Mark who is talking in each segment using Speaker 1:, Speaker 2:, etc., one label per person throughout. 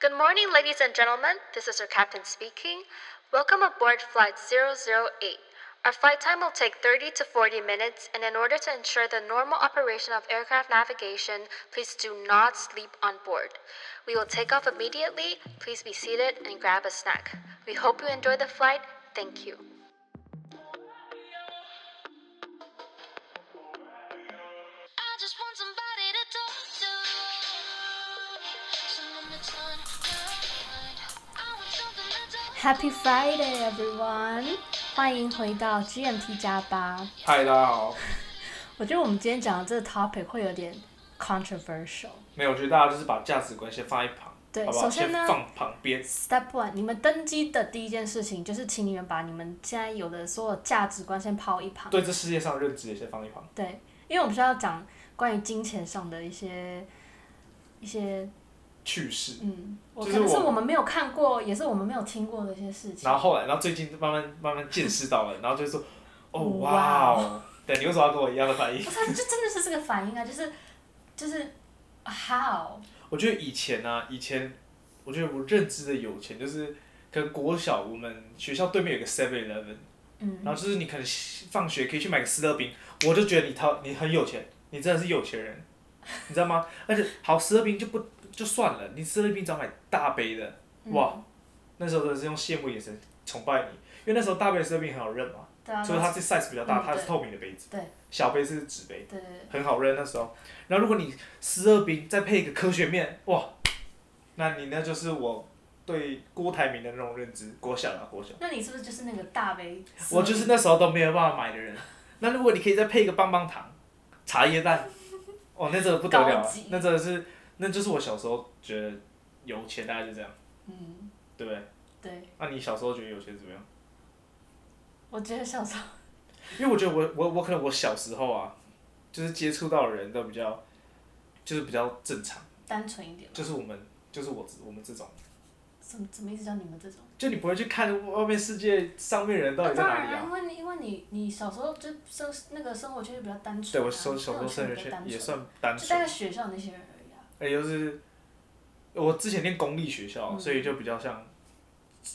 Speaker 1: Good morning, ladies and gentlemen. This is your captain speaking. Welcome aboard Flight 008. Our flight time will take 30 to 40 minutes, and in order to ensure the normal operation of aircraft navigation, please do not sleep on board. We will take off immediately. Please be seated and grab a snack. We hope you enjoy the flight. Thank you.
Speaker 2: I just want somebody to talk to. Someone that's on your mind. I want something that's on
Speaker 3: Happy Friday, everyone！欢迎回到 GMT 加八。
Speaker 4: 嗨，大家哦好。
Speaker 3: 我觉得我们今天讲的这个 topic 会有点 controversial。
Speaker 4: 没有，我觉得大家就是把价值观先放一旁，
Speaker 3: 对
Speaker 4: 好不好？
Speaker 3: 首先呢
Speaker 4: 放旁边。
Speaker 3: Step one，你们登机的第一件事情就是，请你们把你们现在有的所有价值观先抛一旁。
Speaker 4: 对这世界上认知也先放一旁。
Speaker 3: 对，因为我们需要讲关于金钱上的一些一些，
Speaker 4: 去世，
Speaker 3: 嗯，我
Speaker 4: 就
Speaker 3: 可
Speaker 4: 是
Speaker 3: 能是
Speaker 4: 我
Speaker 3: 我们没有看过，也是我们没有听过的一些事情
Speaker 4: 然。后后来，然后最近慢慢慢慢见识到了，然后就说，哦
Speaker 3: 哇
Speaker 4: 哇哦，对，你为什么要跟我一样的反应
Speaker 3: 不？是，就真的是这个反应啊，就是就是 how
Speaker 4: 我觉得以前啊，以前我觉得我认知的有钱就是。可能国小，我们学校对面有个 Seven Eleven，
Speaker 3: 嗯
Speaker 4: 然后就是你可能放学可以去买个斯乐冰，我就觉得你他你很有钱，你真的是有钱人，你知道吗？ 而且好斯乐冰就不就算了，你斯乐冰只要买大杯的，
Speaker 3: 嗯
Speaker 4: 哇，那时候真的是用羡慕眼神崇拜你，因为那时候大杯的斯乐冰很好认嘛，
Speaker 3: 对啊，
Speaker 4: 所以它这 size 比较大，
Speaker 3: 嗯
Speaker 4: 它是
Speaker 3: 对
Speaker 4: 透明的杯子，
Speaker 3: 对
Speaker 4: 小杯是纸杯，
Speaker 3: 对对对。
Speaker 4: 很好认那时候。然后如果你斯乐冰再配一个科学面，哇，那你那就是我对郭台铭的那种认知，国小啊国小。
Speaker 3: 那你是不是就是那个大杯？
Speaker 4: 我就是那时候都没有办法买的人。那如果你可以再配一个棒棒糖、茶叶蛋，哦，那真的不得了
Speaker 3: 高
Speaker 4: 啊
Speaker 3: 级，
Speaker 4: 那真的是，那就是我小时候觉得有钱，大概就这样，
Speaker 3: 嗯，
Speaker 4: 对不对？
Speaker 3: 对，
Speaker 4: 那你小时候觉得有钱怎么样？
Speaker 3: 我觉得小时候
Speaker 4: 因为我觉得我我我可能我小时候啊，就是接触到的人都比较，就是比较正常，
Speaker 3: 单纯一点嘛。
Speaker 4: 就是我们就是我我们这种，
Speaker 3: 什么怎么一直叫你们这种？
Speaker 4: 就你不会去看外面世界上面人到底在哪里
Speaker 3: 啊
Speaker 4: 啊
Speaker 3: 因。为你因为你你小时候就生那个生活圈就比较单
Speaker 4: 对
Speaker 3: 纯啊、
Speaker 4: 我小小时候生
Speaker 3: 活
Speaker 4: 活
Speaker 3: 圈
Speaker 4: 圈也
Speaker 3: 就
Speaker 4: 算单纯
Speaker 3: 大，概学校那些人而已啊。
Speaker 4: 也就是我之前念公立学校，所以就比较像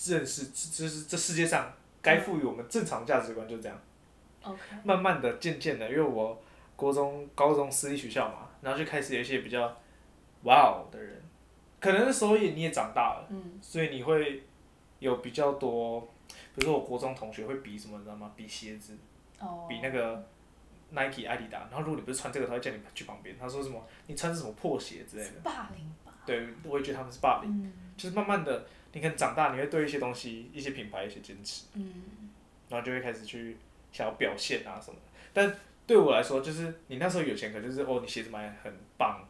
Speaker 4: 认识，就是这世界上该赋予我们正常价值观就这样，
Speaker 3: OK，
Speaker 4: 慢慢的、渐渐的，因为我国中、高中私立学校嘛，然后就开始有一些比较哇哦的人，可能那时候也你也长大了，
Speaker 3: 嗯，
Speaker 4: 所以你会有比较多，比如说我国中同学会比什么，你知道吗？比鞋子，
Speaker 3: 哦，
Speaker 4: 比那个 Nike、阿迪达，然后如果你不是穿这个，他会叫你去旁边，他说什么你穿什么破鞋之类的
Speaker 3: 是。霸凌吧？
Speaker 4: 对，我也觉得他们是霸凌，
Speaker 3: 嗯
Speaker 4: 就是慢慢的，你可能长大，你会对一些东西、一些品牌有一些坚持，
Speaker 3: 嗯，
Speaker 4: 然后就会开始去想要表现啊什么的。但对我来说，就是你那时候有钱，可能就是哦，你鞋子买得很棒，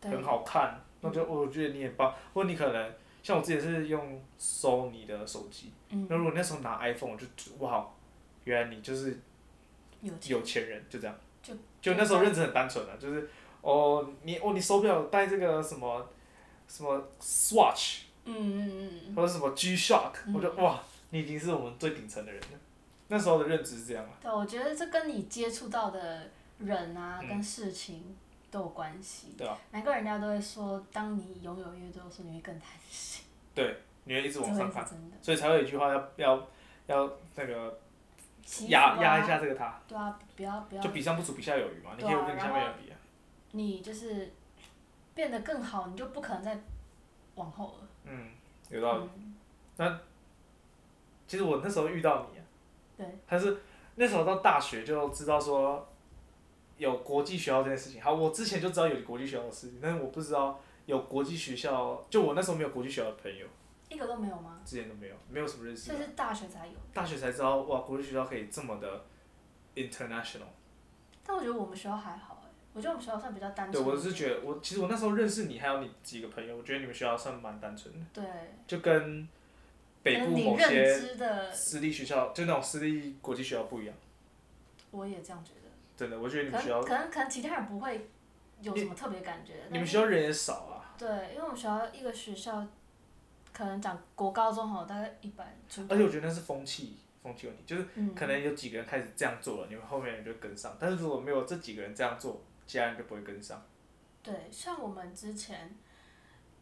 Speaker 3: 对，嗯
Speaker 4: 很好看，那就、哦我觉得你很棒。或你可能像我之前是用 Sony 的手机，
Speaker 3: 嗯
Speaker 4: 那如果那时候拿 iPhone，我就哇，原来你就是
Speaker 3: 有钱
Speaker 4: 有钱人，就这样。
Speaker 3: 就
Speaker 4: 就那时候认知很单纯的、啊就是哦，你哦，你手表戴这个什么什么 Swatch。
Speaker 3: 嗯嗯嗯嗯，
Speaker 4: 或者什么 G Shock，、我就哇，你已经是我们最顶层的人了。那时候的认知是这样啊，
Speaker 3: 对，我觉得这跟你接触到的人啊，
Speaker 4: 嗯
Speaker 3: 跟事情都有关系。
Speaker 4: 对吧、啊
Speaker 3: 难怪人家都会说，当你拥有越多的时候，你会更贪心。
Speaker 4: 对，你会一直
Speaker 3: 这
Speaker 4: 往
Speaker 3: 会
Speaker 4: 上
Speaker 3: 是
Speaker 4: 看，
Speaker 3: 真的。
Speaker 4: 所以才会有一句话要要要那个
Speaker 3: 欺负
Speaker 4: 压
Speaker 3: 啊
Speaker 4: 压一下。这个他，
Speaker 3: 对啊，不要不要
Speaker 4: 就，比上不足，比下有余嘛。你
Speaker 3: 对
Speaker 4: 可
Speaker 3: 啊
Speaker 4: 以跟你下面人比啊，
Speaker 3: 你就是变得更好，你就不可能再往后了。
Speaker 4: 嗯，有道理。那其实我那时候遇到你、啊，
Speaker 3: 对，
Speaker 4: 但是那时候到大学就知道说有国际学校这件事情。好，我之前就知道有国际学校的事情，但是我不知道有国际学校，就我那时候没有国际学校的朋友。
Speaker 3: 一个都没有吗？
Speaker 4: 之前都没有，没有什么认识
Speaker 3: 所以
Speaker 4: 的。
Speaker 3: 是大学才有。
Speaker 4: 大学才知道，哇，国际学校可以这么的 international。
Speaker 3: 但我觉得我们学校还好哎、我觉得我们学校算比较单
Speaker 4: 对，
Speaker 3: 纯。
Speaker 4: 我是觉得我其实我那时候认识你，还有你几个朋友，我觉得你们学校算蛮单纯的，
Speaker 3: 对，
Speaker 4: 就跟北
Speaker 3: 可
Speaker 4: 部
Speaker 3: 能你
Speaker 4: 某
Speaker 3: 认
Speaker 4: 些
Speaker 3: 知的，
Speaker 4: 私立学校，就那种私立国际学校不一样。
Speaker 3: 我也这样觉得。
Speaker 4: 真的，我觉得你
Speaker 3: 可
Speaker 4: 们学
Speaker 3: 能
Speaker 4: 校，
Speaker 3: 可能可能其他人不会有什么特别感觉。
Speaker 4: 你们
Speaker 3: 但是
Speaker 4: 学校人也少啊，
Speaker 3: 对，因为我们学校一个学校，可能讲国高中好，大概一百出头。
Speaker 4: 而且我觉得那是风气，风气问题，就是
Speaker 3: 嗯
Speaker 4: 可能有几个人开始这样做了，你们后面人就跟上。但是如果没有这几个人这样做，其他人就不会跟上。
Speaker 3: 对，像我们之前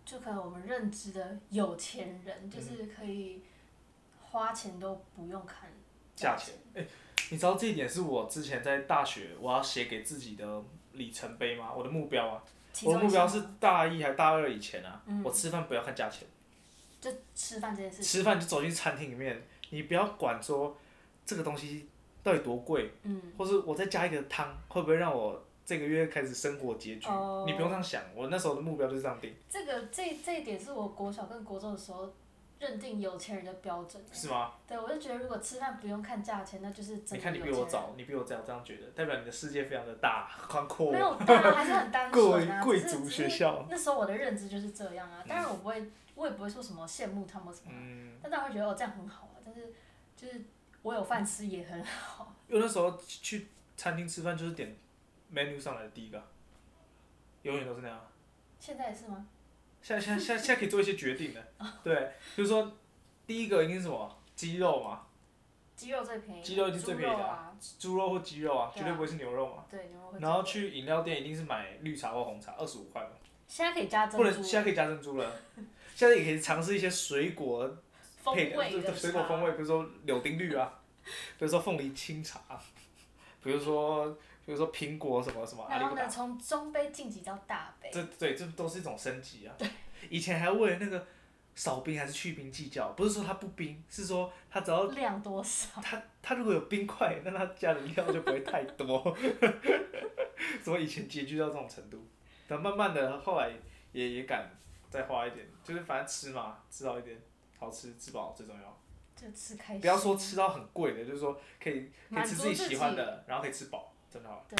Speaker 3: 就可能我们认知的有钱人，就是
Speaker 4: 嗯
Speaker 3: 可以花钱都不用看
Speaker 4: 价钱。哎、你知道这一点是我之前在大学我要写给自己的里程碑吗？我的目标啊，
Speaker 3: 其
Speaker 4: 我
Speaker 3: 中
Speaker 4: 的
Speaker 3: 一
Speaker 4: 目标
Speaker 3: 项
Speaker 4: 是大一还大二以前啊，
Speaker 3: 嗯
Speaker 4: 我吃饭不要看价钱，
Speaker 3: 就吃饭这件事情，
Speaker 4: 吃饭就走进餐厅里面，你不要管说这个东西到底多贵，
Speaker 3: 嗯，
Speaker 4: 或是我再加一个汤会不会让我这个月开始生活拮据？
Speaker 3: 哦
Speaker 4: 你不用这样想，我那时候的目标就是这样定，
Speaker 3: 这个这这一点是我国小跟国中的时候认定有钱人的标准。
Speaker 4: 是吗？
Speaker 3: 对，我就觉得如果吃饭不用看价钱，那就是真的
Speaker 4: 你看你比
Speaker 3: 有钱
Speaker 4: 我
Speaker 3: 人
Speaker 4: 早，你比我早这样觉得，代表你的世界非常的大 宽阔
Speaker 3: 没。有当然还是很单
Speaker 4: 贵
Speaker 3: 纯啊，
Speaker 4: 贵
Speaker 3: 只是
Speaker 4: 族
Speaker 3: 只
Speaker 4: 学
Speaker 3: 是
Speaker 4: 校
Speaker 3: 那时候我的认知就是这样啊，当然我不会，我也不会说什么羡慕他们什么，
Speaker 4: 嗯，
Speaker 3: 但当然会觉得哦这样很好啊，但是就是我有饭吃也很 好，
Speaker 4: 因为那时候去餐厅吃饭就是点 menu 上来的第一个，永远都是那样。
Speaker 3: 现在也是吗？
Speaker 4: 现在现在现在现在可以做一些决定的， 对，比如说第一个一定是什么鸡肉嘛，
Speaker 3: 鸡肉最便宜，
Speaker 4: 鸡肉一定最便宜的
Speaker 3: 猪肉
Speaker 4: 啊
Speaker 3: 啊，
Speaker 4: 猪肉或鸡肉啊，
Speaker 3: 对啊
Speaker 4: 绝对不会是牛肉嘛。
Speaker 3: 对，牛肉会最
Speaker 4: 然后
Speaker 3: 贵
Speaker 4: 去饮料店一定是买绿茶或红茶，二十五块嘛，
Speaker 3: 现在可以加珍
Speaker 4: 不能
Speaker 3: 珠，
Speaker 4: 现在可以加珍珠了， 现在也可以尝试一些水果
Speaker 3: 风
Speaker 4: 配的
Speaker 3: 味
Speaker 4: 对
Speaker 3: 的
Speaker 4: 水果
Speaker 3: 茶
Speaker 4: 风味，比如说柳丁绿啊，比如说凤梨清茶，比如说比如说苹果什么什么阿里
Speaker 3: 然后
Speaker 4: 不
Speaker 3: 呢，
Speaker 4: 达，
Speaker 3: 从中杯晋级到大杯，
Speaker 4: 这对这都是一种升级啊。以前还为了那个少冰还是去冰计较，不是说它不冰，是说它只要
Speaker 3: 量多少？
Speaker 4: 它它如果有冰块，那它加的料就不会太多。 怎么以前拮据到这种程度？但慢慢的后来也也敢再花一点，就是反正吃嘛，吃到一点好吃，吃饱最重要。
Speaker 3: 就吃开心。
Speaker 4: 不要说吃到很贵的，就是说可以可以吃自己喜欢
Speaker 3: 满
Speaker 4: 的，然后可以吃饱，真的好。
Speaker 3: 对，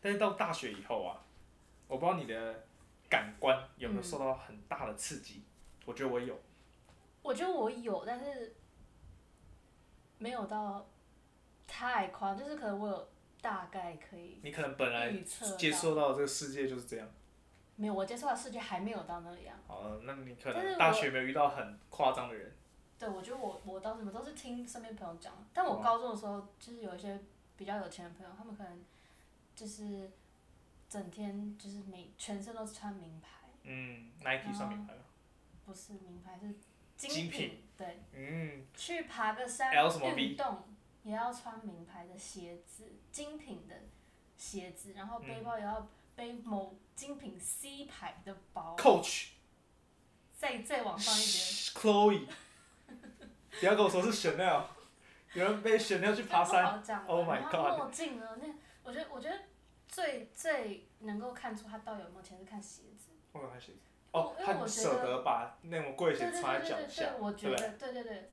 Speaker 4: 但是到大学以后啊，我不知道你的感官有没有受到很大的刺激，我觉得我有，
Speaker 3: 我觉得我有，但是没有到太夸张，就是可能我有大概可以
Speaker 4: 你可能本来
Speaker 3: 预测
Speaker 4: 接
Speaker 3: 到，
Speaker 4: 受到这个世界就是这样。
Speaker 3: 没有我接触到的世界还没有到那啊样。
Speaker 4: 好了，那你可
Speaker 3: 但是
Speaker 4: 能
Speaker 3: 我
Speaker 4: 大学没有遇到很夸张的人，
Speaker 3: 对，我觉得我我当时我都是听身边朋友讲，但我
Speaker 4: 哦
Speaker 3: 高中的时候就是有一些比较有钱的朋友，他们可能就是整天就是每全身都是穿名牌，
Speaker 4: 嗯，Nike
Speaker 3: 哦
Speaker 4: 算名牌吗？
Speaker 3: 不是名牌是精品，
Speaker 4: 精品
Speaker 3: 对，
Speaker 4: 嗯，
Speaker 3: 去爬个山
Speaker 4: L 什么 V
Speaker 3: 运动也要穿名牌的鞋子，精品的鞋子，然后
Speaker 4: 嗯
Speaker 3: 背包也要背某精品 C 牌的包，
Speaker 4: Coach
Speaker 3: 再再往上一点，
Speaker 4: Chloe，不要跟我说是 Chanel，有人被 Chanel 去爬
Speaker 3: 不
Speaker 4: 山，
Speaker 3: 好讲
Speaker 4: Oh my
Speaker 3: 然后
Speaker 4: God
Speaker 3: 墨镜呢？那我觉得我觉得最最能够看出他到底有没有钱是看鞋子，
Speaker 4: 我有看鞋子。哦，
Speaker 3: 因为
Speaker 4: 他
Speaker 3: 我
Speaker 4: 很
Speaker 3: 觉
Speaker 4: 舍
Speaker 3: 得
Speaker 4: 得把那么贵的
Speaker 3: 对
Speaker 4: 鞋
Speaker 3: 对对
Speaker 4: 子穿在
Speaker 3: 对
Speaker 4: 脚
Speaker 3: 对
Speaker 4: 下
Speaker 3: 对，，我觉
Speaker 4: 不
Speaker 3: 得对
Speaker 4: 对？
Speaker 3: 对对，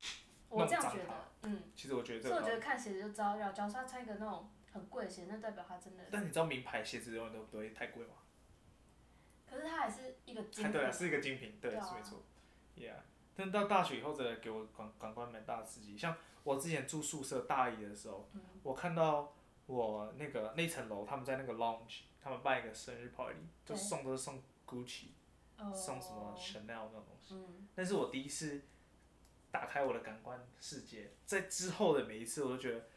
Speaker 3: 我
Speaker 4: 弄
Speaker 3: 这样
Speaker 4: 脏
Speaker 3: 觉得
Speaker 4: 它，
Speaker 3: 嗯，
Speaker 4: 其实我觉得这
Speaker 3: 所以我
Speaker 4: 个
Speaker 3: 觉得
Speaker 4: 蛮，
Speaker 3: 看鞋子就招摇，假如说他穿一个那种很贵的鞋，那代表他真的，
Speaker 4: 但你知道名牌鞋子永远都不会太贵吗？
Speaker 3: 可是他还是一个精
Speaker 4: 哎，
Speaker 3: 品
Speaker 4: 对啊，是一个精品，对，
Speaker 3: 对啊
Speaker 4: 是没错，Yeah。但到大学以后，真的给我感感官蛮大的刺激。像我之前住宿舍大一的时候，
Speaker 3: 嗯
Speaker 4: 我看到我那个那层楼他们在那个 lounge，他们办一个生日 party，就
Speaker 3: 对
Speaker 4: 送都是送 Gucci，
Speaker 3: 哦
Speaker 4: 送什么 Chanel 那种东西。
Speaker 3: 嗯，
Speaker 4: 那是我第一次打开我的感官世界，在之后的每一次我都觉得，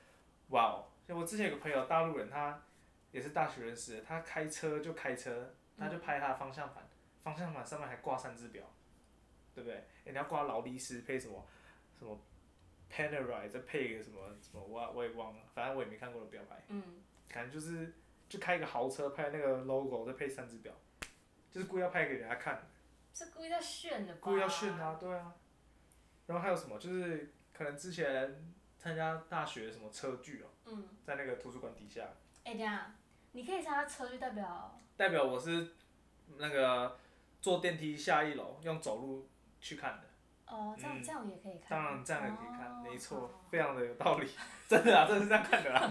Speaker 4: 哇哦！像我之前有个朋友，大陆人，他也是大学认识的，他开车就开车，他就拍他的方向盘，方向盘上面还挂三只表，对不对？人家挂劳力士配什么什么 Panerai，再配一个什么什么，我我也忘了，反正我也没看过的表牌，
Speaker 3: 嗯，
Speaker 4: 感觉就是就开一个豪车，拍那个 logo，再配三只表，就是故意要拍给人家看的。
Speaker 3: 是故意在炫的吧？
Speaker 4: 故意要炫啊，对啊。然后还有什么？就是可能之前参加大学什么车聚哦，
Speaker 3: 嗯，
Speaker 4: 在那个图书馆底下，
Speaker 3: 哎、等一下，你可以参加车就代表
Speaker 4: 代表我是那个坐电梯下一楼，用走路去看的。
Speaker 3: 哦，这样、
Speaker 4: 嗯
Speaker 3: 这样也可以看，
Speaker 4: 当然这样也可以看，
Speaker 3: 哦
Speaker 4: 没错
Speaker 3: 好，
Speaker 4: 非常的有道理， 真的啊， 真的是这样看的啦。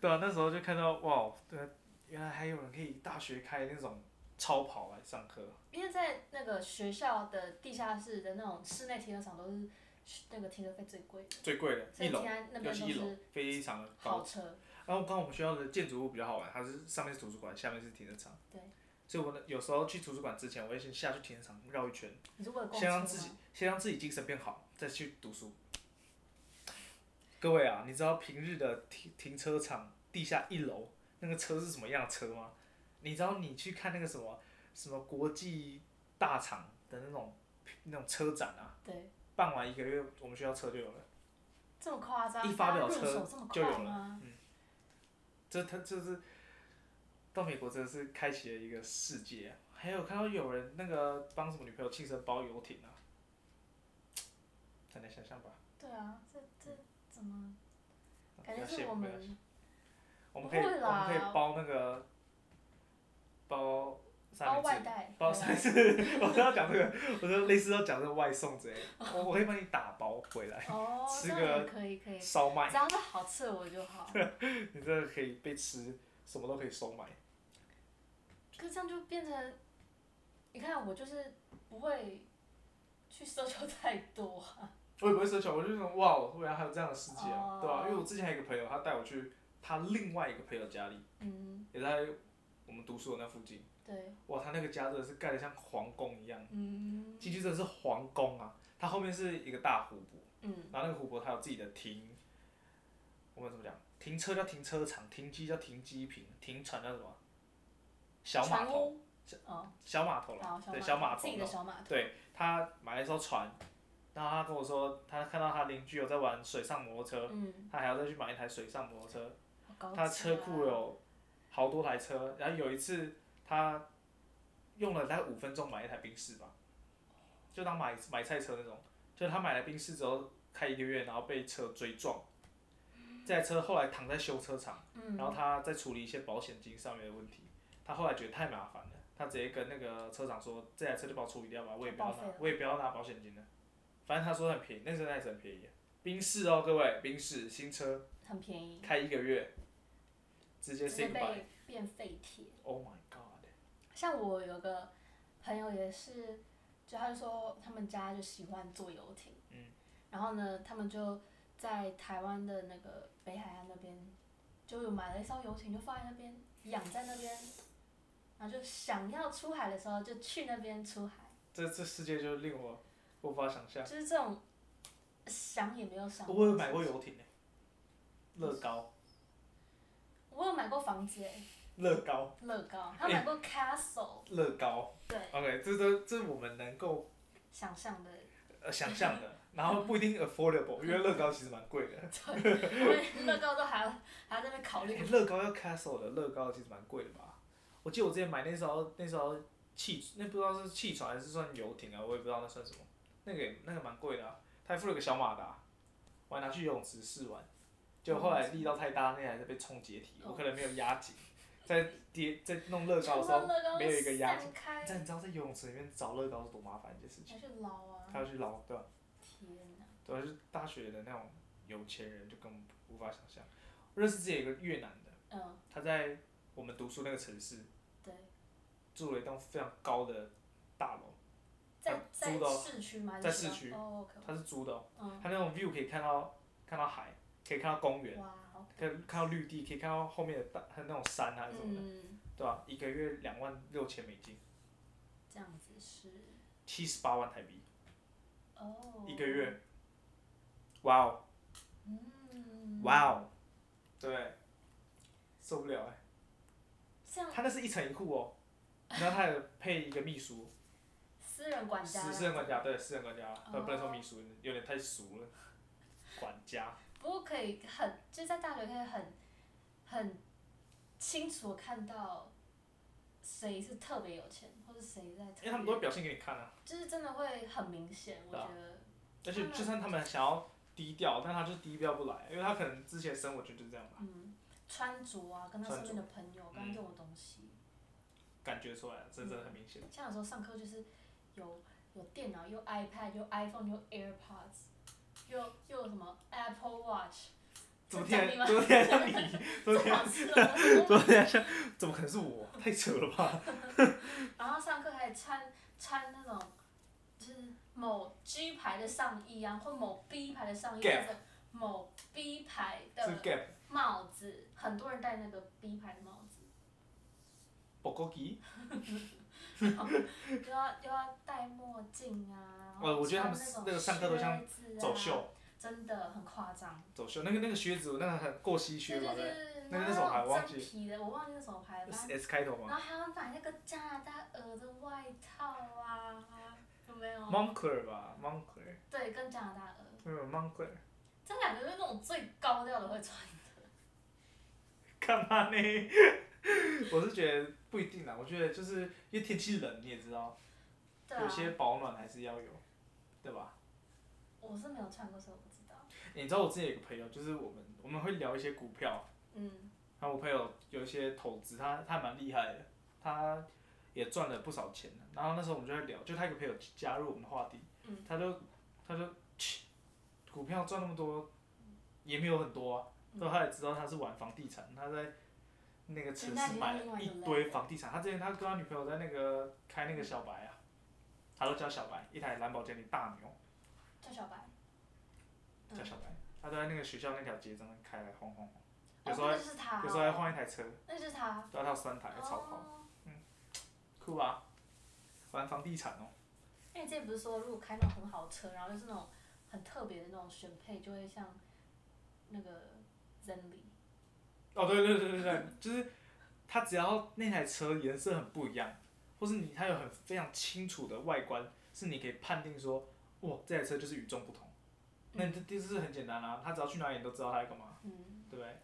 Speaker 4: 对啊，那时候就看到哇，对啊，原来还有人可以大学开那种超跑来上课。
Speaker 3: 因为在那个学校的地下室的那种室内停车场都是那个停车费最贵的，
Speaker 4: 最贵的
Speaker 3: 所
Speaker 4: 一
Speaker 3: 以
Speaker 4: 楼
Speaker 3: 停，在那边
Speaker 4: 尤
Speaker 3: 都
Speaker 4: 其一楼
Speaker 3: 是
Speaker 4: 非常的高
Speaker 3: 豪车，
Speaker 4: 然后刚好我们学校的建筑物比较好玩，它是上面是图书馆，下面是停车场。
Speaker 3: 对。
Speaker 4: 所以我呢，有时候去图书馆之前，我会先下去停车场绕一圈，
Speaker 3: 你是为了公车
Speaker 4: 先让自己
Speaker 3: 吗？
Speaker 4: 先让自己精神变好，再去读书。各位啊，你知道平日的停停车场地下一楼那个车是什么样的车吗？你知道你去看那个什么什么国际大厂的那种那种车展啊，
Speaker 3: 对，
Speaker 4: 办完一个月，我们学校车就有了。
Speaker 3: 这么夸张，
Speaker 4: 一发表
Speaker 3: 大家入
Speaker 4: 车
Speaker 3: 手这么
Speaker 4: 就有
Speaker 3: 快吗？
Speaker 4: 这他就是到美国真的是开启了一个世界啊、还有看到有人那个帮什么女朋友庆生包游艇啊，很难想象吧？
Speaker 3: 对啊，这这怎么感
Speaker 4: 不
Speaker 3: 觉
Speaker 4: 要
Speaker 3: 是
Speaker 4: 羡
Speaker 3: 我
Speaker 4: 慕不要
Speaker 3: 们
Speaker 4: 我们可以，我
Speaker 3: 不会啦
Speaker 4: 们可以包那个包三
Speaker 3: 包
Speaker 4: 明
Speaker 3: 外
Speaker 4: 治，
Speaker 3: 带，
Speaker 4: 包
Speaker 3: 对啊
Speaker 4: 三明治。 我都要讲这个，我说类似要讲这个外送之类的，我我可以帮你打包回来，
Speaker 3: 哦，
Speaker 4: 吃
Speaker 3: 这样也
Speaker 4: 个
Speaker 3: 可以可以，只
Speaker 4: 烧麦，
Speaker 3: 要是好吃的我就好。可
Speaker 4: 你这个可以被吃，什么都可以收买。
Speaker 3: 是这样就变成，你看我就是不会去奢求太多啊。
Speaker 4: 我也不会奢求，我就那种哇，哦我突然还有这样的世界啊
Speaker 3: 哦
Speaker 4: 对吧、因为我之前还有一个朋友，他带我去他另外一个朋友家里，
Speaker 3: 嗯，
Speaker 4: 也在我们读书的那附近。
Speaker 3: 对，
Speaker 4: 哇，他那个家真的是盖得像皇宫一样，
Speaker 3: 嗯
Speaker 4: 进去真的是皇宫啊！它后面是一个大湖泊，
Speaker 3: 嗯，
Speaker 4: 然后那个湖泊它有自己的停，我们怎么讲？停车叫停车场，停机叫停机坪，停船叫什么？小码
Speaker 3: 船
Speaker 4: 头，
Speaker 3: 屋，哦，
Speaker 4: 小码头
Speaker 3: 然
Speaker 4: 了
Speaker 3: 后，
Speaker 4: 对，
Speaker 3: 小
Speaker 4: 小码
Speaker 3: 自
Speaker 4: 头
Speaker 3: 己
Speaker 4: 了
Speaker 3: 的。小码头，
Speaker 4: 对他买了一艘船，然后他跟我说，他看到他邻居有在玩水上摩托车，
Speaker 3: 嗯，
Speaker 4: 他还要再去买一台水上摩托车。
Speaker 3: 好高级啊
Speaker 4: 他车库，有好多台车，然后有一次他用了大概五分钟买一台宾士吧，就当买买菜车那种。就是他买了宾士之后开一个月，然后被车追撞，这台车后来躺在修车厂。
Speaker 3: 嗯，
Speaker 4: 然后他在处理一些保险金上面的问题，他后来觉得太麻烦了，他直接跟那个车厂说，这台车就帮我处理掉吧，我也不要
Speaker 3: 报废
Speaker 4: 拿
Speaker 3: 了，
Speaker 4: 我也不要拿保险金了。反正他说很便宜，那时候那台车很便宜，宾士哦，各位，宾士新车
Speaker 3: 很便宜，
Speaker 4: 开一个月，直接
Speaker 3: 直接
Speaker 4: sing by，Oh
Speaker 3: 被变废铁。
Speaker 4: my god，欸
Speaker 3: 像我有个朋友也是，就他就说他们家就喜欢坐游艇，
Speaker 4: 嗯
Speaker 3: 然后呢，他们就在台湾的那个北海岸那边，就有买了一艘游艇，就放在那边养在那边，然后就想要出海的时候就去那边出海，
Speaker 4: 这这世界就令我无法想象。
Speaker 3: 就是这种想也没有想。
Speaker 4: 我有买过，游艇呢、乐高，
Speaker 3: 我有买过房子诶，
Speaker 4: 乐高，
Speaker 3: 乐
Speaker 4: 哎
Speaker 3: 高，还有买过 castle，、
Speaker 4: 乐高
Speaker 3: 对，
Speaker 4: ，OK，这都这我们能够
Speaker 3: 想象的，
Speaker 4: 呃想象的，然后不一定 affordable，因为乐高其实蛮贵的。
Speaker 3: 因为乐高都还要还要在那边考虑
Speaker 4: 欸乐高要 Castle 的，乐高其实蛮贵的吧？我记得我之前买那艘那艘汽，那不知道是汽船还是算游艇啊，我也不知道那算什么。那个也那个蛮贵的、啊，它还附了个小马达，我还拿去游泳池试玩，就后来力道太大，那台是被冲解体，我可能没有压紧，在跌在弄乐高的时
Speaker 3: 除了乐高
Speaker 4: 候没有一个压紧。
Speaker 3: 散开，
Speaker 4: 但你知道在游泳池里面找乐高是多麻烦一件事
Speaker 3: 还
Speaker 4: 情，
Speaker 3: 是捞啊！
Speaker 4: 他要去捞，对吧？
Speaker 3: 天哪，
Speaker 4: 主要是大学的那种有钱人就根本无法想象。我认识之前有个越南的。
Speaker 3: 嗯，
Speaker 4: 他在我们读书那个城市
Speaker 3: 对，
Speaker 4: 住了一栋非常高的大楼，
Speaker 3: 在
Speaker 4: 租
Speaker 3: 在
Speaker 4: 的哦
Speaker 3: 市区吗？
Speaker 4: 在市区
Speaker 3: 哦，OK，
Speaker 4: 它是租的、哦，
Speaker 3: 嗯，
Speaker 4: 它那种 view 可以看到看到海，可以看到公园，
Speaker 3: 哇，好
Speaker 4: 可以看到绿地，可以看到后面的大它那种山啊什么的，
Speaker 3: 嗯，
Speaker 4: 对吧、一个月两万六千美金，
Speaker 3: 这样子是
Speaker 4: 七十八万台币
Speaker 3: 哦，
Speaker 4: 一个，月，哇哦
Speaker 3: 嗯，
Speaker 4: 哇哦，对，受不了哎、
Speaker 3: 这样
Speaker 4: 他那是一层一户哦，然后他有配一个秘书，
Speaker 3: 私人管家
Speaker 4: 私
Speaker 3: 啦，
Speaker 4: 私人管家，对，私人管家，呃，不能说
Speaker 3: 哦
Speaker 4: 秘书，有点太俗了，管家。
Speaker 3: 不过可以很，就在大学可以很很清楚地看到谁是特别有钱，或者谁在特
Speaker 4: 因为他们都
Speaker 3: 别，
Speaker 4: 会表现给你看啊，
Speaker 3: 就是真的会很明显，我
Speaker 4: 对啊
Speaker 3: 觉得，
Speaker 4: 而且就算他们想要低调，但他就低调不来，因为他可能之前生活圈就是这样吧，
Speaker 3: 嗯，穿着啊，跟他身
Speaker 4: 穿
Speaker 3: 边的朋友，跟他
Speaker 4: 嗯
Speaker 3: 用的东西。
Speaker 4: 感觉出来了，这真的很明显。
Speaker 3: 像有时候上课就是有有电脑，又 iPad，又 iPhone，又 AirPods，又又有什么 Apple Watch，
Speaker 4: 昨
Speaker 3: 这
Speaker 4: 天
Speaker 3: 样你吗
Speaker 4: 昨天像你， 昨
Speaker 3: 这
Speaker 4: 天
Speaker 3: 好吃哦。
Speaker 4: 昨天像， 怎么可能是我？太扯了吧！
Speaker 3: 然后上课还穿穿那种就是某 G 牌的上衣啊，或某 B 牌的上衣，或
Speaker 4: Gap
Speaker 3: 者某 B 牌
Speaker 4: 这
Speaker 3: 的
Speaker 4: gap
Speaker 3: 帽子，很多人戴那个 B 牌的 帽子，
Speaker 4: 不够低。
Speaker 3: 又要又要戴墨镜啊。
Speaker 4: 呃我觉得他们
Speaker 3: 穿
Speaker 4: 那个上课都像
Speaker 3: 靴子啊
Speaker 4: 走秀，
Speaker 3: 真的很夸张。
Speaker 4: 走秀，那个那个靴子，那个很过膝
Speaker 3: 对
Speaker 4: 靴
Speaker 3: 对
Speaker 4: 吧？
Speaker 3: 对
Speaker 4: 对，
Speaker 3: 对，
Speaker 4: 那
Speaker 3: 然
Speaker 4: 个
Speaker 3: 后
Speaker 4: 那种牌
Speaker 3: 种
Speaker 4: 忘记
Speaker 3: 真皮的，我忘记那什么牌了。
Speaker 4: 是
Speaker 3: 反正
Speaker 4: S 开头
Speaker 3: 然
Speaker 4: 吗？
Speaker 3: 后还要买那个加拿大鹅合着外套啊，有没有？
Speaker 4: Moncler 吧，Moncler，
Speaker 3: 对，跟加拿大鹅，
Speaker 4: 没有 Moncler，
Speaker 3: 这两个就是那种最高调的会穿的。
Speaker 4: 干嘛呢？ 我是觉得不一定啦，我觉得就是因为天气冷，你也知道，
Speaker 3: 对啊。
Speaker 4: 有些保暖还是要有，对吧？
Speaker 3: 我是没有穿过，所以我不知道。
Speaker 4: 欸你知道我之前有个朋友，就是我们我们会聊一些股票，
Speaker 3: 嗯
Speaker 4: 然后我朋友有一些投资，他他还蛮厉害的，他也赚了不少钱的。然后那时候我们就在聊，就他一个朋友加入我们的话题，
Speaker 3: 嗯
Speaker 4: 他就他就切股票赚那么多，也没有很多啊。
Speaker 3: 嗯
Speaker 4: 然后他也知道他是玩房地产，他在那个城市买了一堆房地产。他之前他跟他女朋友在那个开那个小白啊，他都叫小白，一台兰博基尼大牛。
Speaker 3: 叫小白。嗯
Speaker 4: 叫小白，他都在那个学校那条街上面开来晃晃晃，有
Speaker 3: 哦，
Speaker 4: 时候
Speaker 3: 那
Speaker 4: 还
Speaker 3: 就是他、哦。
Speaker 4: 有时候还换一台车，
Speaker 3: 那就是他。
Speaker 4: 然后他有三台，超跑，
Speaker 3: 哦。
Speaker 4: 酷吧？玩房地产哦，
Speaker 3: 那你之前哎不是说，如果开那种很好的车，然后就是那种很特别的那种选配，就会像那个 Zenly。
Speaker 4: 哦对对对对 对，就是他只要那台车颜色很不一样，或是你它有很非常清楚的外观，是你可以判定说，哇，这台车就是与众不同。那你这这是很简单啦、他只要去哪里你都知道他在干嘛，
Speaker 3: 嗯
Speaker 4: 对不对？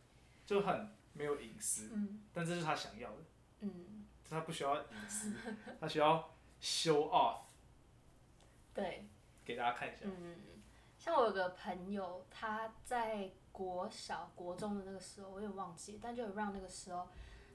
Speaker 4: 就很没有隐私，
Speaker 3: 嗯
Speaker 4: 但这是他想要的，
Speaker 3: 嗯，
Speaker 4: 他不需要隐私，他需要 show off。
Speaker 3: 对。
Speaker 4: 给大家看一下。
Speaker 3: 嗯，像我有个朋友，他在国小、国中的那个时候，我有点忘记，但就有让那个时候，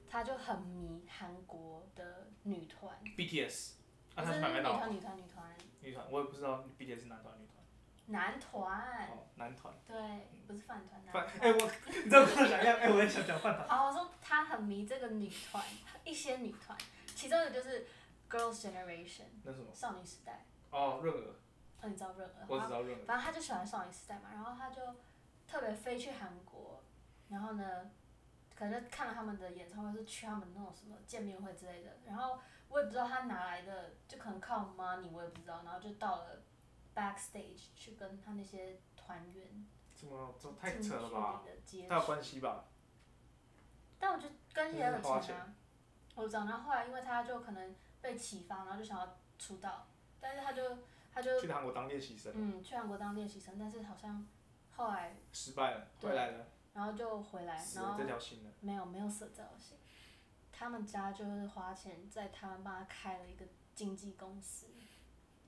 Speaker 3: 他就很迷韩国的女团，
Speaker 4: BTS，啊，
Speaker 3: 不
Speaker 4: 他
Speaker 3: 是
Speaker 4: 是
Speaker 3: 那
Speaker 4: 买
Speaker 3: 个女
Speaker 4: 麦当劳
Speaker 3: 团、女团、女团、
Speaker 4: 女团，我也不知道 BTS 是男团女团，
Speaker 3: 男团，
Speaker 4: 哦，男团。
Speaker 3: 对，不是饭团，男
Speaker 4: 饭，
Speaker 3: 团。
Speaker 4: 哎、我， 你知道我想要，哎、我也想讲饭团。
Speaker 3: 好，我说他很迷这个女团，一些女团，其中一个就是 Girls Generation
Speaker 4: 那什么？
Speaker 3: 少女时代，
Speaker 4: 哦，润儿，
Speaker 3: 哦，你知道润儿？
Speaker 4: 我
Speaker 3: 好
Speaker 4: 只知道润儿。
Speaker 3: 反正他就喜欢少女时代嘛，然后他就特别飞去韩国，然后呢，可能就看了他们的演唱会，是去他们那种什么见面会之类的。然后我也不知道他哪来的，就可能靠 money，我也不知道。然后就到了 backstage 去跟他那些团员
Speaker 4: 怎么，这哦太
Speaker 3: 近距
Speaker 4: 扯了
Speaker 3: 离
Speaker 4: 吧？
Speaker 3: 的接
Speaker 4: 太有
Speaker 3: 触，
Speaker 4: 关系吧？
Speaker 3: 但我就跟也很
Speaker 4: 这是花
Speaker 3: 钱啊
Speaker 4: 钱，
Speaker 3: 我不知道。然后后来因为他就可能被启发，然后就想要出道，但是他就他就
Speaker 4: 去韩国当练习生，
Speaker 3: 嗯去韩国当练习生，但是好像后来。
Speaker 4: 失败了，
Speaker 3: 对
Speaker 4: 回来了，
Speaker 3: 然后就回来，
Speaker 4: 死
Speaker 3: 然
Speaker 4: 了
Speaker 3: 后
Speaker 4: 这条心了。
Speaker 3: 没有没有死造型，他们家就是花钱在台湾帮他开了一个经纪公司，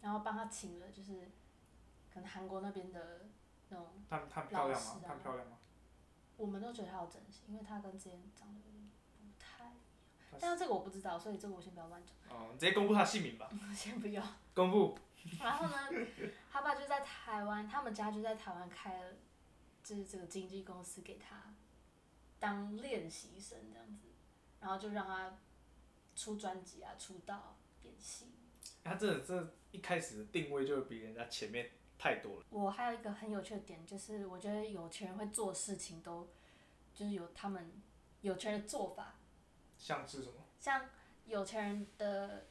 Speaker 3: 然后帮他请了就是可能韩国那边的那种，
Speaker 4: 她她漂亮
Speaker 3: 老
Speaker 4: 吗
Speaker 3: 实？啊
Speaker 4: 她漂亮吗？
Speaker 3: 我们都觉得他有整形，因为他跟之前长得有点不太一
Speaker 4: 她
Speaker 3: 样，但是这个我不知道，所以这个我先不要乱讲，
Speaker 4: 哦，你直接公布她姓名吧，
Speaker 3: 先不要。
Speaker 4: 公布。
Speaker 3: 然后呢，他爸就在台湾，他们家就在台湾开了，就是这个经纪公司给他当练习生这样子，然后就让他出专辑啊、出道、演戏。
Speaker 4: 她真的这一开始的定位就比人家前面太多了。
Speaker 3: 我还有一个很有趣的点，就是我觉得有钱人会做事情都，就是有他们有钱人的做法，
Speaker 4: 像是什么？
Speaker 3: 像有钱人的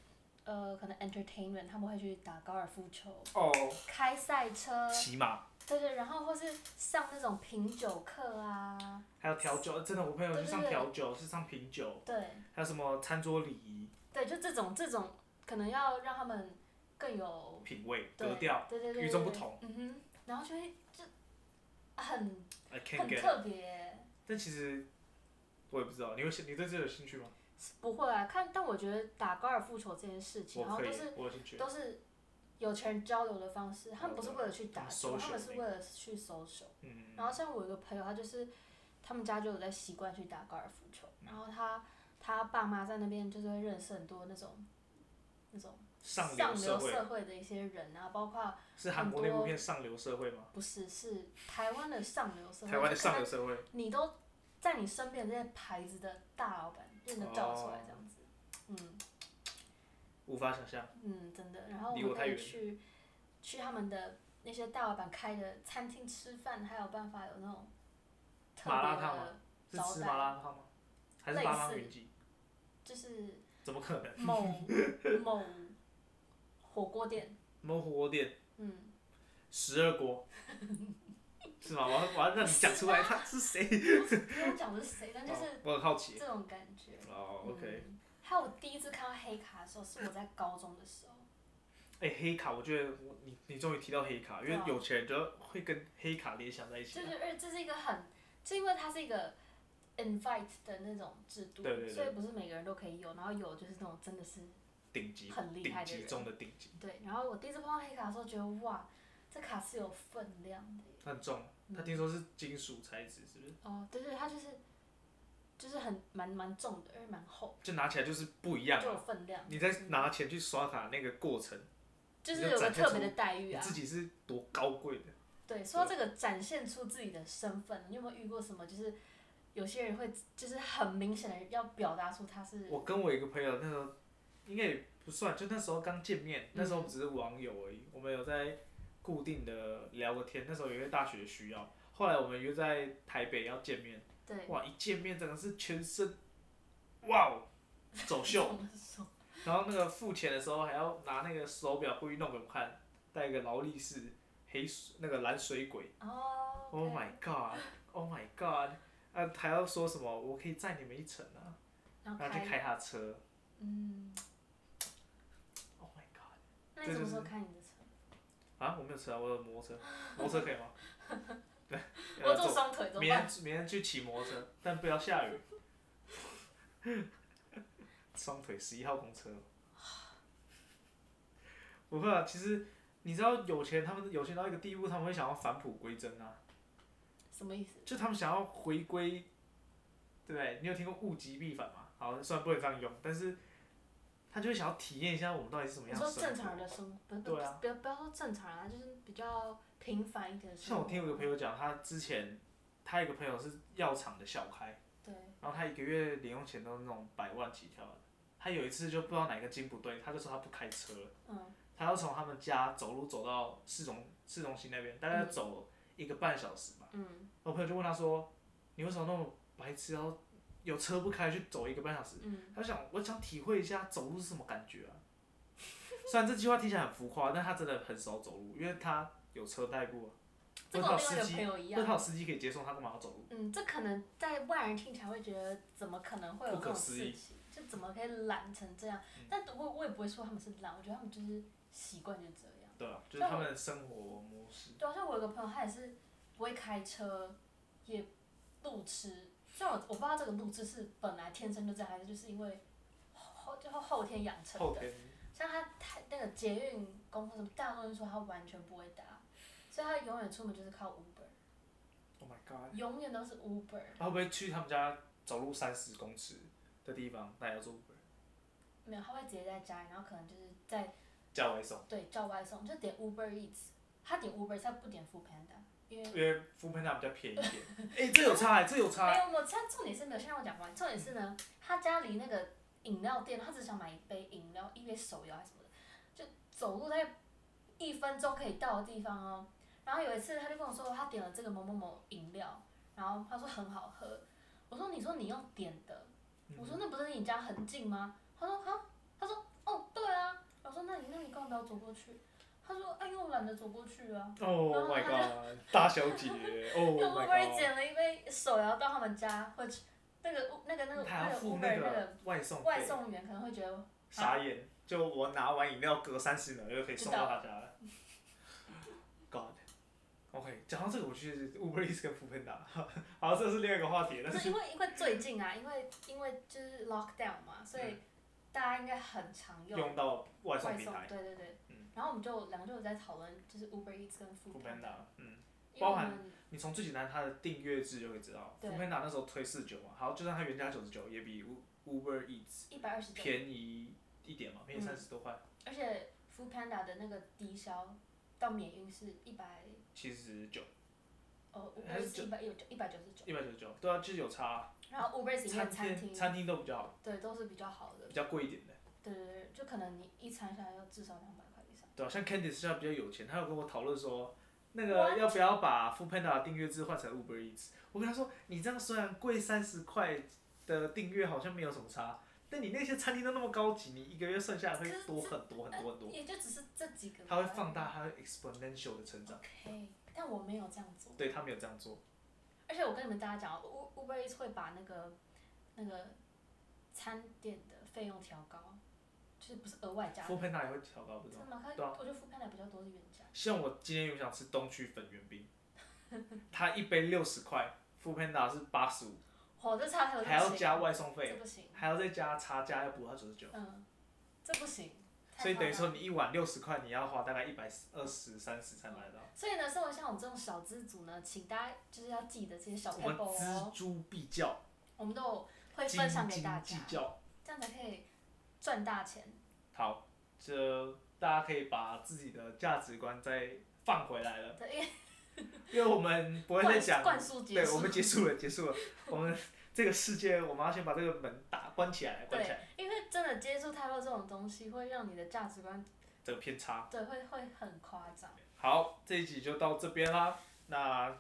Speaker 3: 呃，可能 entertainment 他们会去打高尔夫球、
Speaker 4: 哦，
Speaker 3: 开赛车，
Speaker 4: 骑马，
Speaker 3: 对对，然后或是上那种品酒课啊，
Speaker 4: 还有调酒，真的，我朋友去上
Speaker 3: 对对对
Speaker 4: 调酒，是上品酒。
Speaker 3: 对
Speaker 4: 还有什么餐桌礼仪、
Speaker 3: 对，就这种这种，可能要让他们更有
Speaker 4: 品味、
Speaker 3: 对
Speaker 4: 格调
Speaker 3: 对对对，
Speaker 4: 与众
Speaker 3: 对
Speaker 4: 不同。
Speaker 3: 嗯哼，然后就会就很
Speaker 4: ，I can't
Speaker 3: 很
Speaker 4: get。it。
Speaker 3: 特别，
Speaker 4: 但其实我也不知道，你会你对这有兴趣吗？
Speaker 3: 是不会啊。看，但我觉得打高尔夫球这件事情，
Speaker 4: 我
Speaker 3: 然后
Speaker 4: 可以
Speaker 3: 都是，
Speaker 4: 我有兴趣。
Speaker 3: 都是有钱人交流的方式，他们不是为了去打球，
Speaker 4: 嗯
Speaker 3: 他们是
Speaker 4: social
Speaker 3: 为了去 social。
Speaker 4: 嗯，
Speaker 3: 然后像我有一个朋友，他就是他们家就有在习惯去打高尔夫球，然后他他爸妈在那边就是会认识很多那种那种
Speaker 4: 上
Speaker 3: 流
Speaker 4: 流社会
Speaker 3: 社会的一些人啊，包括
Speaker 4: 是韩国那部片《上流社会》吗？
Speaker 3: 不是是台湾的上流社会，
Speaker 4: 台湾的
Speaker 3: 就
Speaker 4: 上
Speaker 3: 看
Speaker 4: 流社会，
Speaker 3: 你都在你身边的这些牌子的大老板认得叫出来这样子，嗯
Speaker 4: 无法想象。
Speaker 3: 嗯，真的。然后我
Speaker 4: 离我
Speaker 3: 们
Speaker 4: 太
Speaker 3: 可以
Speaker 4: 远
Speaker 3: 去去他们的那些大老板开的餐厅吃饭，还有办法有那种特
Speaker 4: 麻辣
Speaker 3: 别
Speaker 4: 烫
Speaker 3: 的
Speaker 4: 吗是吃麻辣烫吗？还是
Speaker 3: 类
Speaker 4: 麻辣
Speaker 3: 似
Speaker 4: 云集？
Speaker 3: 就是
Speaker 4: 怎么可 能？
Speaker 3: 某某火锅店，
Speaker 4: 某火锅店
Speaker 3: 嗯，
Speaker 4: 十二 锅，是吗？我要我要让你讲出来，他是谁？
Speaker 3: 不用讲我是谁，但就是
Speaker 4: 哦我很好奇。
Speaker 3: 这种感觉。
Speaker 4: 哦，OK，
Speaker 3: 嗯还还有我第一次看到黑卡的时候，是我在高中的时候。
Speaker 4: 哎、黑卡，我觉得我你你终于提到黑卡，因为
Speaker 3: 对啊
Speaker 4: 有钱人就会跟黑卡联想在一起
Speaker 3: 就
Speaker 4: 啊。
Speaker 3: 是，而这是一个很，就因为它是一个 invite 的那种制度，
Speaker 4: 对对对
Speaker 3: 所以不是每个人都可以有，然后有就是那种真的是
Speaker 4: 顶级，
Speaker 3: 很厉害
Speaker 4: 顶
Speaker 3: 的人
Speaker 4: 级中的顶级，
Speaker 3: 对。然后我第一次碰到黑卡的时候，觉得哇，这卡是有分量的耶。
Speaker 4: 很重。
Speaker 3: 嗯
Speaker 4: 他听说是金属材质，是不是？
Speaker 3: 哦，对对，它就是就是很蛮蛮重的，而且蛮厚，
Speaker 4: 就拿起来就是不一样
Speaker 3: 就有
Speaker 4: 啊。
Speaker 3: 分量，
Speaker 4: 你在拿钱去刷卡那个过程，
Speaker 3: 就是有个特别的待遇
Speaker 4: 你
Speaker 3: 啊
Speaker 4: 自。己是多高贵的。
Speaker 3: 对，说到这个展现出自己的身份，你有没有遇过什么？就是有些人会就是很明显的要表达出他是，
Speaker 4: 我跟我一个朋友那时候应该也不算，就那时候刚见
Speaker 3: 嗯
Speaker 4: 面，那时候只是网友而已，我们有在固定的聊个天。那时候有一个大学需要，后来我们约在台北要见面，
Speaker 3: 对，
Speaker 4: 哇，一见面真的是全身，哇哦，走秀。
Speaker 3: 怎么说？
Speaker 4: 然后那个付钱的时候还要拿那个手表故意弄给我们看，戴一个劳力士黑水那个蓝水鬼
Speaker 3: 哦，OK。
Speaker 4: ，Oh my god，Oh my god，啊还要说什么我可以载你们一程啊，
Speaker 3: 然后
Speaker 4: 然后就
Speaker 3: 开，
Speaker 4: 开他的车
Speaker 3: 嗯，
Speaker 4: ，Oh my god。
Speaker 3: 那你什么时候开你的车？
Speaker 4: 啊，我没有车啊，我有摩托车，摩托车可以吗？ 对，
Speaker 3: 我
Speaker 4: 呃
Speaker 3: 做
Speaker 4: 坐
Speaker 3: 双腿怎么
Speaker 4: 明天
Speaker 3: 办？
Speaker 4: 明天去骑摩托车，但不要下雨。双腿十一号公车。不会啊，其实你知道有钱，他们有钱到一个地步，他们会想要返璞归真啊，
Speaker 3: 什么意思？
Speaker 4: 就他们想要回归，对不对？你有听过物极必反吗？好，虽然不能这样用，但是他就会想要体验一下我们到底是什么
Speaker 3: 你
Speaker 4: 样的
Speaker 3: 说
Speaker 4: 生活。
Speaker 3: 正常人的生活，不是不
Speaker 4: 对
Speaker 3: 是
Speaker 4: 啊
Speaker 3: 不要不要说正常人啊，就是比较平凡一点的生
Speaker 4: 像
Speaker 3: 活。
Speaker 4: 我听有个朋友讲，他之前他有个朋友是药厂的小开，
Speaker 3: 对，
Speaker 4: 然后他一个月零用钱都是那种百万起跳的。他有一次就不知道哪个筋不对，他就说他不开车了，
Speaker 3: 嗯，
Speaker 4: 他要从他们家走路走到市中市中心那边，大概要走一个半小时吧。
Speaker 3: 嗯
Speaker 4: 我朋友就问他说：“你为什么那么白痴，要有车不开去走一个半小时？”
Speaker 3: 嗯，
Speaker 4: 他就想我想体会一下走路是什么感觉啊。虽然这句话听起来很浮夸，但他真的很少走路，因为他有车代步啊。
Speaker 3: 这跟我另外一个朋友一
Speaker 4: 那
Speaker 3: 样。
Speaker 4: 套司机可以接送他干嘛要走路？
Speaker 3: 嗯，这可能在外人听起来会觉得，怎么可能会有这
Speaker 4: 不可
Speaker 3: 种
Speaker 4: 思议
Speaker 3: 事
Speaker 4: 嗯
Speaker 3: 情？就怎么可以懒成这样？但我我也不会说他们是懒，我觉得他们就是习惯就这样。
Speaker 4: 对啊，就是他们的生活模式。
Speaker 3: 对啊，像我有个朋友，他也是不会开车，也路痴。虽然我我不知道这个路痴是本来天生就这样，还是就是因为后就后后天养成
Speaker 4: 后
Speaker 3: 的。
Speaker 4: 天
Speaker 3: 像他他那个捷运公司什么大众运输，他完全不会搭，所以他永远出门就是靠 Uber，
Speaker 4: ，Oh my god！
Speaker 3: 永远都是 Uber。
Speaker 4: 他会不会去他们家走路三十公尺的地方，那也要做 Uber
Speaker 3: 没有，他会直接在家里，然后可能就是在
Speaker 4: 叫外送？
Speaker 3: 对叫外送，就点 Uber Eats。他点 Uber，他不点 Food Panda，因为
Speaker 4: 因为 f o o p a n d 比较便宜一点。 哎、这有差、欸，这有差、
Speaker 3: 没有，我他重点是没有，先让我讲完。重点是呢，他家离那个饮料店，他只想买一杯饮料，一杯手摇还是什么的，就走路大概一分钟可以到的地方哦。然后有一次他就跟我说，他点了这个某某某饮料，然后他说很好喝。我说你说你用点的，
Speaker 4: 嗯
Speaker 3: 我说那不是离你家很近吗？他说哈，他说哦对啊。我说那你那你干嘛不要走过去？他说哎，因为我懒得走过去啊。
Speaker 4: Oh my god！大小姐 ，Oh
Speaker 3: 用
Speaker 4: my
Speaker 3: Uber 点
Speaker 4: god！
Speaker 3: 了一杯手摇到他们家，会去那个那个那个
Speaker 4: 他还
Speaker 3: 那
Speaker 4: 要
Speaker 3: 个
Speaker 4: 付
Speaker 3: Uber
Speaker 4: 那
Speaker 3: 那
Speaker 4: 个
Speaker 3: 个
Speaker 4: 外送费，
Speaker 3: 外送员可能会觉得
Speaker 4: 傻眼。就我拿完饮料，隔三十秒就可以送到他家了。God。OK，讲到这个，我去 Uber Eats 跟 f o o p a n d a 好，这是另外一个话题，但
Speaker 3: 不
Speaker 4: 是
Speaker 3: 是因为因为最近啊，因为因为就是 lockdown 嘛，所以大家应该很常用
Speaker 4: 用到外
Speaker 3: 外
Speaker 4: 送
Speaker 3: 送
Speaker 4: 平台，
Speaker 3: 对对对。
Speaker 4: 嗯
Speaker 3: 然后我们就两个就有在讨论，就是 Uber Eats 跟
Speaker 4: f o
Speaker 3: Food
Speaker 4: o p a n d
Speaker 3: Panda，
Speaker 4: a 嗯，
Speaker 3: 因为我
Speaker 4: 包含
Speaker 3: 们
Speaker 4: 你从最简单它的订阅制就会知道 f
Speaker 3: 对
Speaker 4: o o p a n d a 那时候推四九嘛，好，就算它原价九十九，也比 U- Uber Eats
Speaker 3: 一百二十九，
Speaker 4: 便宜一点嘛，便
Speaker 3: 嗯
Speaker 4: 宜三十多块，
Speaker 3: 而且 Food Panda 的那个低消到免运是一百
Speaker 4: 七十九，
Speaker 3: 哦
Speaker 4: 还
Speaker 3: ，Uber
Speaker 4: 是
Speaker 3: Eats 一百有一百九十九，
Speaker 4: 一百九十九，对啊，就是有差啊。
Speaker 3: 然后 Uber Eats 里面的餐
Speaker 4: 厅
Speaker 3: 厅
Speaker 4: 餐厅都比较好，
Speaker 3: 对都是比较好的
Speaker 4: 比。较贵一点的，
Speaker 3: 对对对，就可能你一餐下来要至少两百块以上。
Speaker 4: 对啊，像 Candice 现在比较有钱，她有跟我讨论说。那个
Speaker 3: What？
Speaker 4: 要不要把 f o o p a n d a 订阅制换成 Uber Eats？我跟她说，你这样虽然贵三十块的订阅好像没有什么差，但你那些餐厅都那么高级，你一个月剩下来会
Speaker 3: 可是
Speaker 4: 多很多很多很多。
Speaker 3: 也就只是这几个。
Speaker 4: 它会放。大它 exponential 的成长。
Speaker 3: OK，但我没有这样做。
Speaker 4: 对他没有这样做，
Speaker 3: 而且我跟你们大家讲，U Uber Eats 会把那个那个餐点的费用调高，就是不是额外加
Speaker 4: 富
Speaker 3: 的。
Speaker 4: 佩那也会调高，不知
Speaker 3: 真
Speaker 4: 道
Speaker 3: 的。吗？它
Speaker 4: 对啊
Speaker 3: 我觉得副片奶比较多是原价。
Speaker 4: 像我今天有想吃东区粉圆 冰，它一杯六十块，富佩那是八十五，
Speaker 3: 哦，这差很
Speaker 4: 还要加外送
Speaker 3: 这
Speaker 4: 费，
Speaker 3: 不行，
Speaker 4: 还要再加差价，要补到九十九。
Speaker 3: 嗯，这不行。太
Speaker 4: 所以等于
Speaker 3: 夸张
Speaker 4: 说你一碗六十块，你要花大概一百二十三啊十才买得到。
Speaker 3: 所以呢，身为像我们这种小资族呢，请大家就是要记得这些小
Speaker 4: 我
Speaker 3: paper
Speaker 4: 们锱
Speaker 3: 哦，
Speaker 4: 铢必较，
Speaker 3: 我们都有会
Speaker 4: 斤
Speaker 3: 分享给
Speaker 4: 斤
Speaker 3: 大
Speaker 4: 计
Speaker 3: 家，
Speaker 4: 较。
Speaker 3: 这样才可以赚大钱。
Speaker 4: 好，这大家可以把自己的价值观再放回来了，
Speaker 3: 对，因为
Speaker 4: 因为我们不会再
Speaker 3: 灌
Speaker 4: 讲。
Speaker 3: 灌输结
Speaker 4: 对，
Speaker 3: 束
Speaker 4: 我们结束了，结束了。我们这个世界，我们要先把这个门打关起来，关起
Speaker 3: 对
Speaker 4: 来。，
Speaker 3: 因为真的接触太多这种东西，会让你的价值观
Speaker 4: 这个偏差。
Speaker 3: 对会会很夸张。
Speaker 4: 好，这一集就到这边啦。那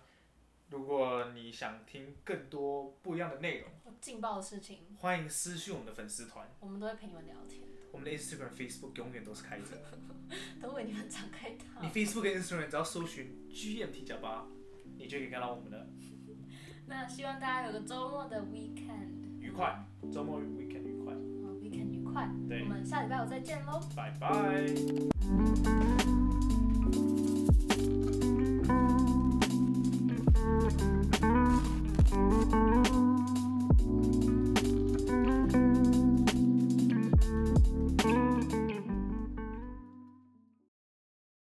Speaker 4: 如果你想听更多不一样的内容，
Speaker 3: 劲爆的事情，
Speaker 4: 欢迎私讯我们的粉丝团。
Speaker 3: 我们都会陪你们聊天，
Speaker 4: 我们的 Instagram、Facebook 永远都是开着。
Speaker 3: 嗯都为你们敞开大
Speaker 4: 你
Speaker 3: 门。
Speaker 4: Facebook 跟 Instagram 只要搜寻 GMT 加八，你就可以看到我们的
Speaker 3: 那希望大家有个周末的 weekend，
Speaker 4: 愉快周末 weekend 愉快，
Speaker 3: 哦 weekend 愉快。
Speaker 4: 对
Speaker 3: 我们下礼拜五再见喽。
Speaker 4: 拜拜。